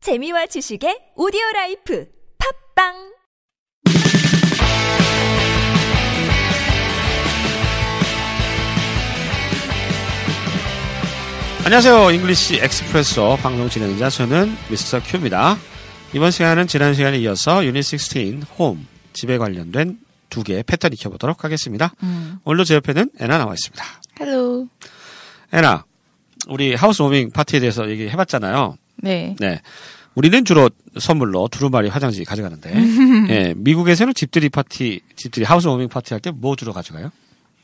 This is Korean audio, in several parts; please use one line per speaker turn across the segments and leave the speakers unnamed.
재미와 지식의 오디오 라이프 팝빵
안녕하세요. 잉글리시 엑스프레소 방송 진행자 저는 미스터 큐입니다. 이번 시간은 지난 시간에 이어서 유닛 16 홈, 집에 관련된 두 개의 패턴 익혀보도록 하겠습니다.
음.
오늘도 제 옆에는 애나 나와 있습니다.
헬로.
애나, 우리 하우스워밍 파티에 대해서 얘기해봤잖아요.
네.
네. 우리는 주로 선물로 두루마리 화장지 가져가는데, 예, 미국에서는 집들이 파티, 집들이 하우스워밍 파티 할 때 뭐 주로 가져가요?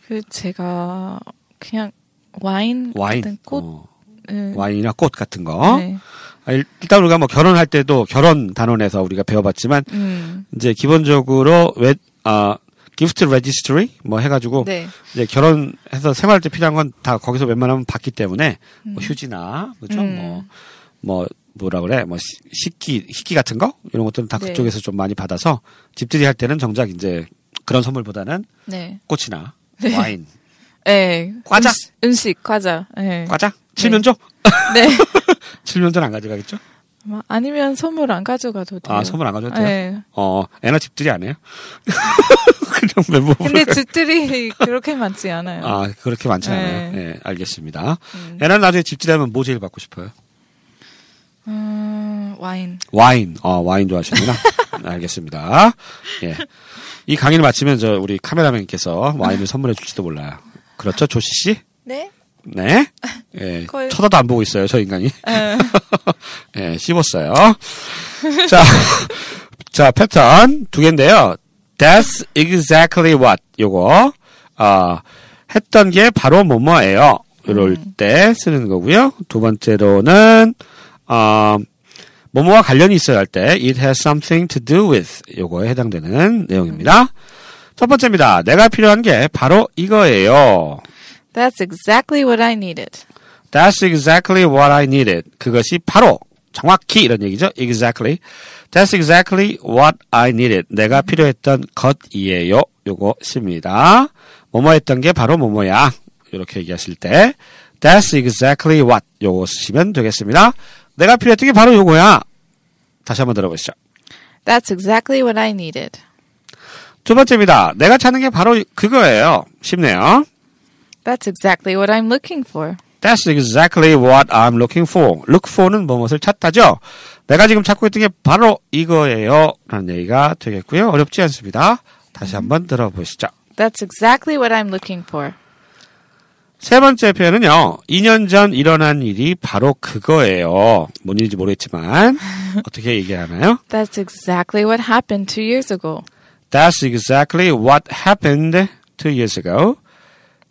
그 제가 그냥 와인
와인.
같은 꽃.
어,
네.
와인이나 꽃 같은 거.
네.
아, 일- 일단 우리가 뭐 결혼할 때도 결혼 단원에서 우리가 배워봤지만
음.
이제 기본적으로 웨, 아 기프트 레지스트리 뭐 해가지고
네.
이제 결혼해서 생활할 때 필요한 건 다 거기서 웬만하면 받기 때문에 뭐 휴지나 그죠
음.
뭐 뭐 뭐라 그래 뭐 시- 식기 식기 같은 거 이런 것들은 다
네.
그쪽에서 좀 많이 받아서 집들이 할 때는 정작 이제 그런 선물보다는
네.
꽃이나 와인
네.
과자?
음식, 음식 과자. 네.
과자 칠면조
네.
칠면조는 안 가져가겠죠
아마 아니면 선물 안 가져가도 돼요.
아 선물 안 가져도 돼요
네.
어 애나 집들이 안 해요 그냥 멤버
근데 집들이 그렇게 많지 않아요.
어. 아, 그렇게 많지 않아요.
네.
예, 알겠습니다. 애는 나중에 집지하면 뭐 제일 받고 싶어요?
음, 와인.
와인. 어, 와인 좋아하시는구나. 알겠습니다. 예. 이 강의를 마치면 저 우리 카메라맨께서 와인을 선물해 줄지도 몰라요. 그렇죠, 조시 씨?
네.
네? 예.
거의- 네.
쳐다도 안 보고 있어요, 저 인간이. 예, 씹었어요. 자, 자, 패턴 두 개인데요. That's exactly what. 요거, 아, 했던 게 바로 뭐뭐예요. 이럴
음.
때 쓰는 거고요. 두 번째로는, 아, 뭐뭐와 관련이 있어야 할 때, it has something to do with. 요거에 해당되는
음.
내용입니다. 첫 번째입니다. 내가 필요한 게 바로 이거예요.
That's exactly what I needed.
That's exactly what I needed. 그것이 바로 정확히 이런 얘기죠. Exactly. That's exactly what I needed. 내가 필요했던 것이에요. 요것입니다. 뭐뭐 했던 게 바로 뭐뭐야. 이렇게 얘기하실 때 That's exactly what 요거 쓰시면 되겠습니다. 내가 필요했던 게 바로 요거야. 다시 한번 들어보시죠.
That's exactly what I needed.
두 번째입니다. 내가 찾는 게 바로 그거예요. 쉽네요.
That's exactly what I'm looking for.
That's exactly what I'm looking for. Look for는 무엇을 찾다죠. 내가 지금 찾고 있던 게 바로 이거예요. 라는 얘기가 되겠고요. 어렵지 않습니다. 다시 한번 들어보시죠.
That's exactly what I'm looking for.
세 번째 표현은요. 2년 전 일어난 일이 바로 그거예요. 뭔 일인지 모르겠지만 어떻게 얘기하나요?
That's exactly what happened two years ago.
That's exactly what happened two years ago.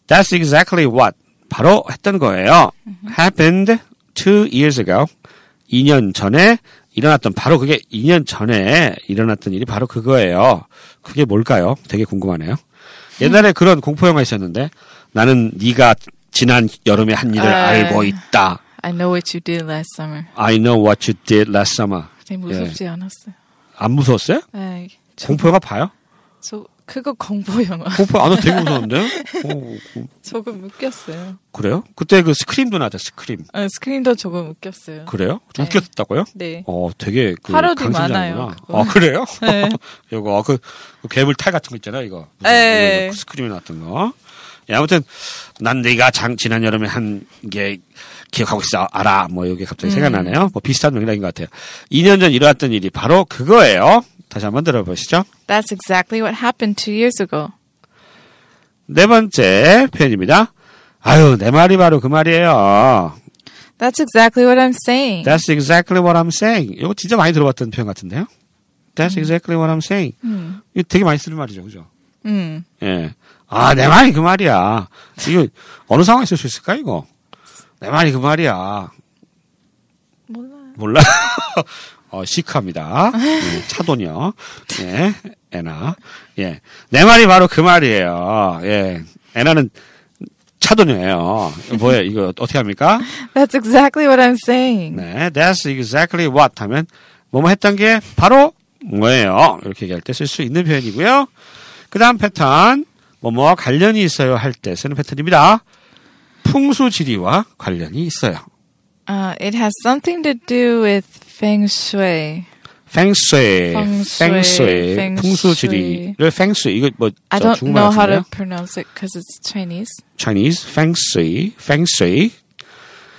That's exactly what 바로 했던 거예요. happened two years ago. 2년 전에 일어났던 바로 그게 2년 전에 일어났던 일이 바로 그거예요. 그게 뭘까요? 되게 궁금하네요. 옛날에 그런 공포 영화 있었는데 나는 네가 지난 여름에 한 일을
에이.
알고 있다.
I know what you did last summer.
I know what you did last summer.
되게 무섭지 않았어요.
안 무서웠어요?
에이, 저,
공포 영화 봐요?
저 그거 공포 영화.
공포 안 아, 나 되게 무서운데? 어,
조금 웃겼어요.
그래요? 그때 그 스크림도 나왔죠, 스크림.
아, 스크린도 조금 웃겼어요.
그래요? 좀
네.
웃겼다고요?
네.
어, 되게 그
파로디
강심장이구나.
많아요, 그거.
아, 그래요?
네.
이거 아, 그, 그 괴물 탈 같은 거 있잖아요, 이거. 무슨
네.
이거 그 스크림에 나왔던 거. 예, 아무튼 난 네가 장, 지난 여름에 한 게 기억하고 있어 알아. 뭐 이게
음.
갑자기 생각나네요. 뭐 비슷한 맥락인 것 같아요. 2년 전 일어났던 일이 바로 그거예요. 다시 한번 들어보시죠.
That's exactly what happened two years ago.
네 번째 표현입니다. 아유, 내 말이 바로 그 말이에요.
That's exactly what I'm saying.
That's exactly what I'm saying. 이거 진짜 많이 들어봤던 표현 같은데요? That's exactly what I'm saying. 이거 되게 많이 쓰는 말이죠, 그죠?
음,
예. 아, 내 말이 그 말이야. 이거 어느 상황에 쓸 수 있을까, 이거? 내 말이 그 말이야.
몰라.
몰라. 어, 시크합니다. 예, 차돈이요. 예, 애나. 예. 내 말이 바로 그 말이에요. 예. 애나는 차돈이에요. 뭐예요, 이거 어떻게 합니까?
That's exactly what I'm saying.
네, that's exactly what 하면 뭐뭐 했던 게 바로 뭐예요. 이렇게 얘기할 때 쓸 수 있는 표현이고요. 그 다음 패턴, 뭐뭐와 관련이 있어요 할 때 쓰는 패턴입니다. 풍수지리와 관련이 있어요.
Uh, it has something to do with 펭수이.
팽쇠,
펑쇠,
팽쇠,
팽쇠.
풍수지리를 팽쇠 이거 뭐
I
저
don't
중국말
know how
같은데요?
to pronounce it because it's Chinese.
Chinese 팽쇠, 팽쇠,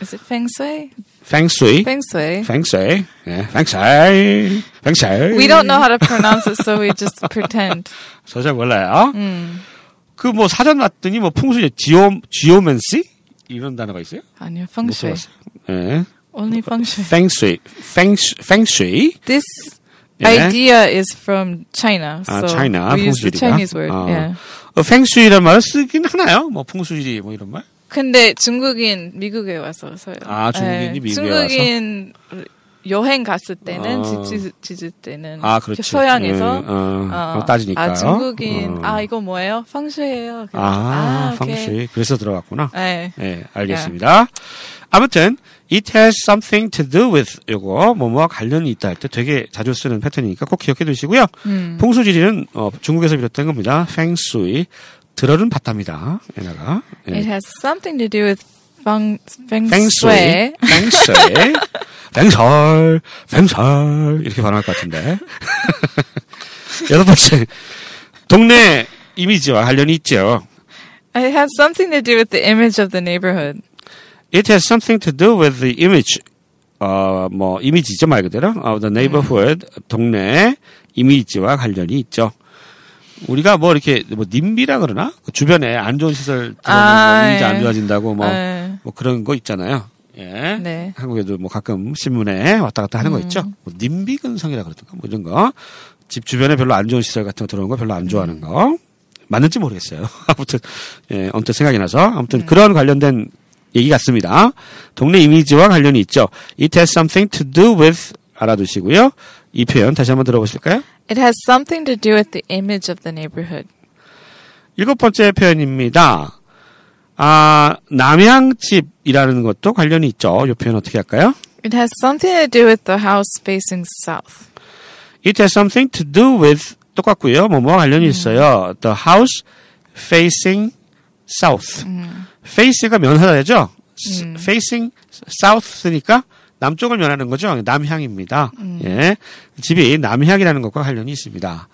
Is it feng shui?
팽쇠,
Feng shui.
팽쇠, 예, 팽쇠, 팽쇠.
We don't know how to pronounce it, so we just pretend.
저 잘 몰라요. 어?
음.
그 뭐 사전 봤더니 뭐 풍수지 지오 지오맨시 이런 단어가 있어요?
아니요, feng
못
shui.
들어봤어요. 예,
Only feng shui.
팽쇠, 팽쇠, 팽쇠.
This
Yeah.
idea is from China.
예? 아,
so
China,
We use the
풍수지리가.
Chinese word.
아.
Yeah.
어, 팽수이란 말을 쓰긴 하나요? 뭐 풍수지리 뭐 이런 말?
근데 중국인 미국에 와서 서요. 예,
아, 중국인이 미국에
중국인 여행 갔을 때는
아.
지지 지질 때는
아, 그렇지.
서양에서
예, 어,
어,
그거 따지니까요.
아 중국인
어.
아 이거 뭐예요? 펑슈예요. 그래서,
아,
오케이.
펑슈이 그래서 들어갔구나.
네.
예, 알겠습니다. 아무튼 it has something to do with 요거 뭐뭐와 관련이 있다 할 때 되게 자주 쓰는 패턴이니까 꼭 기억해 두시고요.
음.
풍수지리는 어, 중국에서 비롯된 겁니다. 팽수이 들어는 봤답니다. 얘네가. 예.
It has something to do with feng feng
팽수이,
shui.
팽수이, 팽설, 팽설 이렇게 발음할 것 같은데. 여섯 번째 동네 이미지와 관련이 있죠.
It has something to do with the image of the neighborhood.
It has something to do with the image. 어, 뭐 이미지죠 말 그대로. Of the neighborhood 동네 이미지와 관련이 있죠. 우리가 뭐 이렇게 뭐 님비라 그러나 그 주변에 안 좋은 시설 들어오면
아,
뭐 이미지 안
예.
좋아진다고 뭐
예.
뭐 그런 거 있잖아요. 예.
네.
한국에도 뭐 가끔 신문에 왔다 갔다 하는 거 있죠. 뭐 님비 근성이라 그러던가 뭐 이런 거. 집 주변에 별로 안 좋은 시설 같은 거 들어오는 거 별로 안 좋아하는 거. 맞는지 모르겠어요. 아무튼 예, 언뜻 생각이 나서 아무튼 그런 관련된 얘기 같습니다. 동네 이미지와 관련이 있죠. It has something to do with 알아두시고요. 이 표현 다시 한번 들어보실까요?
It has something to do with the image of the neighborhood.
일곱 번째 표현입니다. 아, 남양집이라는 것도 관련이 있죠. 이 표현 어떻게 할까요?
It has something to do with the house facing south.
It has something to do with 똑같고요. 뭐뭐와 관련이
음.
있어요. The house facing south.
음.
face가 면하다죠. facing south니까 남쪽을 면하는 거죠. 남향입니다.
음.
예. 집이 남향이라는 것과 관련이 있습니다.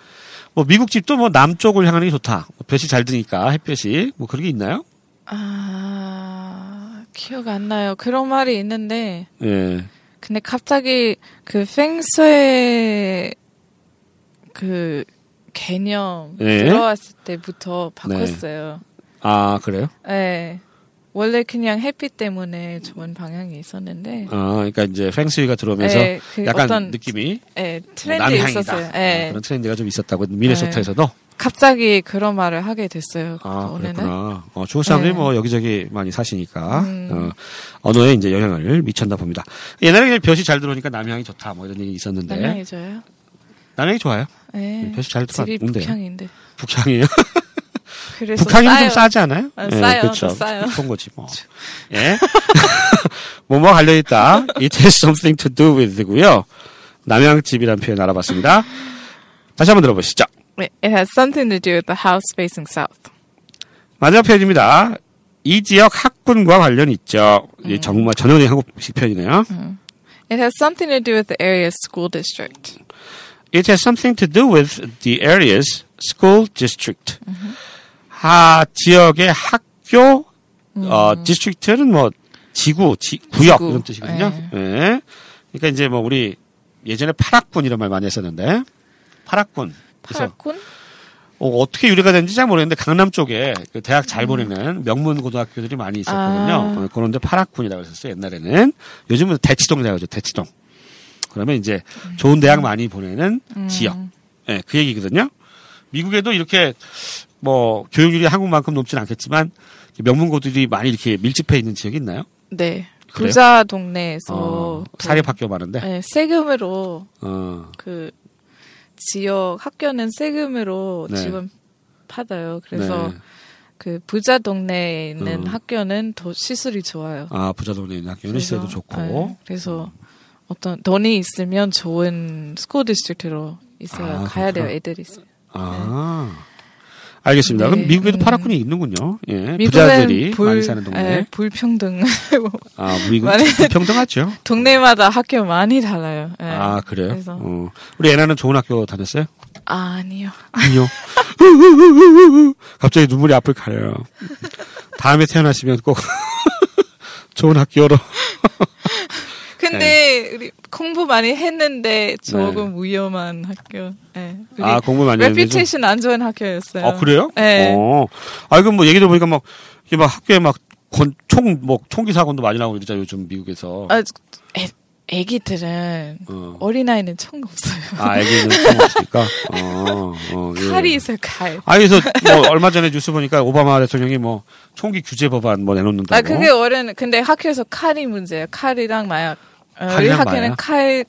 뭐 미국 집도 뭐 남쪽을 향하는 게 좋다. 뭐 볕이 잘 드니까 햇볕이 뭐 그런 게 있나요?
아, 기억 안 나요. 그런 말이 있는데,
예.
근데 갑자기 그 펭수의 그 개념
예?
들어왔을 때부터 바꿨어요.
아 그래요?
예. 원래 그냥 햇빛 때문에 좋은 방향이 있었는데,
아 그러니까 이제 팽스위가 들어오면서
예, 그
약간
어떤
느낌이 뭐,
예, 트렌드
남향이다.
있었어요.
아,
예.
그런 트렌드가 좀 있었다고 미네소타에서도.
갑자기 그런 말을 하게 됐어요.
아,
오늘은.
그렇구나. 어, 중국 사람들이
네. 음.
뭐 여기저기 많이 사시니까 어, 언어에 이제 영향을 미쳤나 봅니다. 옛날에 그냥 볕이 잘 들어오니까 남향이 좋다 뭐 이런 얘기 있었는데
남향이죠요?
남향이 좋아요.
예.
볕이 잘
집이
들어온대요.
북향인데.
북향이에요.
그래서
북한이
싸요.
좀 싸지 않아요?
아, 싸요.
그렇죠.
더 싸요. 그렇죠.
그런 거지 뭐. 예. 뭐뭐 관련 있다. It has something to do with고요. 남양집이란 표현 알아봤습니다. 다시 한번 들어보시죠.
Wait, It has something to do with the house facing south.
마지막 표현입니다. 이 지역 학군과 관련 이 있죠. 이 정말 전형적인 한국식 표현이네요.
It has something to do with the area's school district.
It has something to do with the area's school district. 하 지역의 학교 어 district는 뭐 지구, 지- 구역
지구.
이런 뜻이거든요. 예. 그러니까 이제 뭐 우리 예전에 파락군 이런 말 많이 했었는데 파락군. 그래서
파라군?
어, 어떻게 유래가 되는지 잘 모르겠는데 강남 쪽에 그 대학
음.
잘 보내는 명문 고등학교들이 많이
아.
있었거든요. 어, 그런데 파락군이라고 했었어요. 옛날에는 요즘은 대치동이라고 하죠. 대치동. 그러면 이제
음.
좋은 대학 많이 보내는 지역. 예, 그 얘기거든요. 미국에도 이렇게 뭐 교육률이 한국만큼 높진 않겠지만 명문고들이 많이 이렇게 밀집해 있는 지역이 있나요?
네.
그래요?
부자 동네에서
어,
그-
사립학교 많은데.
네, 세금으로
어,
그 지역 학교는 세금으로
네.
지원 받아요. 그래서
네.
그 부자 동네에 있는
음.
학교는 더 시술이 좋아요.
아 부자동네 있는 학교는
그래서-
시세도 좋고.
네, 그래서 어떤 돈이 있으면 좋은 스쿨 디스트릭트로 있어요.
아,
가야 돼요.
그렇구나.
애들이 있어요.
아. 알겠습니다.
네,
그럼 미국에도
음.
파라군이 있는군요. 예,
미국은
부자들이 많이 사는 동네.
예, 불평등.
아, 미국
많이-
평등하죠.
동네마다 학교 많이 달라요. 예.
아, 그래요?
그래서.
어. 우리 애나는 좋은 학교 다녔어요?
아, 니요
아니요. 갑자기 눈물이 앞을 가려요. 다음에 태어나시면 꼭 좋은 학교로.
근데 우리 공부 많이 했는데 조금
네.
위험한 학교. 예. 우리
아, 공부 많이 했는데 좀-
레피테이션 안 좋은 학교였어요.
아, 그래요?
예.
어. 아, 이건 뭐 얘기 들어보니까 막, 이게 막 학교에 막 권, 총, 뭐, 총기 사건도 많이 나오고 이러잖아요, 요즘 미국에서.
아, 애, 애기들은
어.
어린아이는 총 없어요.
아, 애기는 총 없으니까. 어, 어, 예.
칼이 있어요, 칼.
아, 그래서 뭐 얼마 전에 뉴스 보니까 오바마 대통령이 뭐 총기 규제 법안 뭐 내놓는다고.
아, 그게 어른, 근데 학교에서 칼이 문제예요. 칼이랑 마약. 어, 우리
칼이랑
학교는
마약?
칼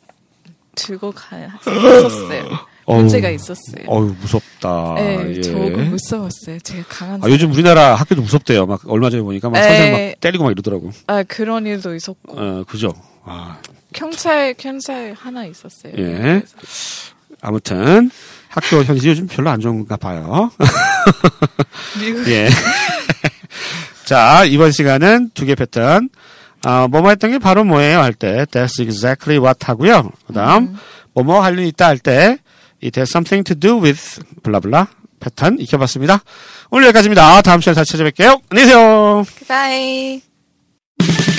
들고 가는 학생이 있었어요.
어우.
문제가 있었어요.
어유 무섭다.
네,
예.
조금 무서웠어요. 제가 강한
아, 요즘 우리나라 학교도 무섭대요. 막 얼마 전에 보니까 막
에이.
선생 막 때리고 막 이러더라고.
아, 그런 일도 있었고
어, 그죠. 아,
경찰 경찰 하나 있었어요.
예.
그래서.
아무튼 학교 현실이 요즘 별로 안 좋은가 봐요.
미국
예. 자, 이번 시간은 두 개 패턴. 아, 뭐뭐 했던 게 바로 뭐예요 할 때, that's exactly what 하고요. 그 다음, 뭐뭐 할 일 있다 할 때, it has something to do with, 블라블라 패턴 익혀봤습니다. 오늘 여기까지입니다. 다음 시간에 다시 찾아뵐게요. 안녕히 계세요.
바이.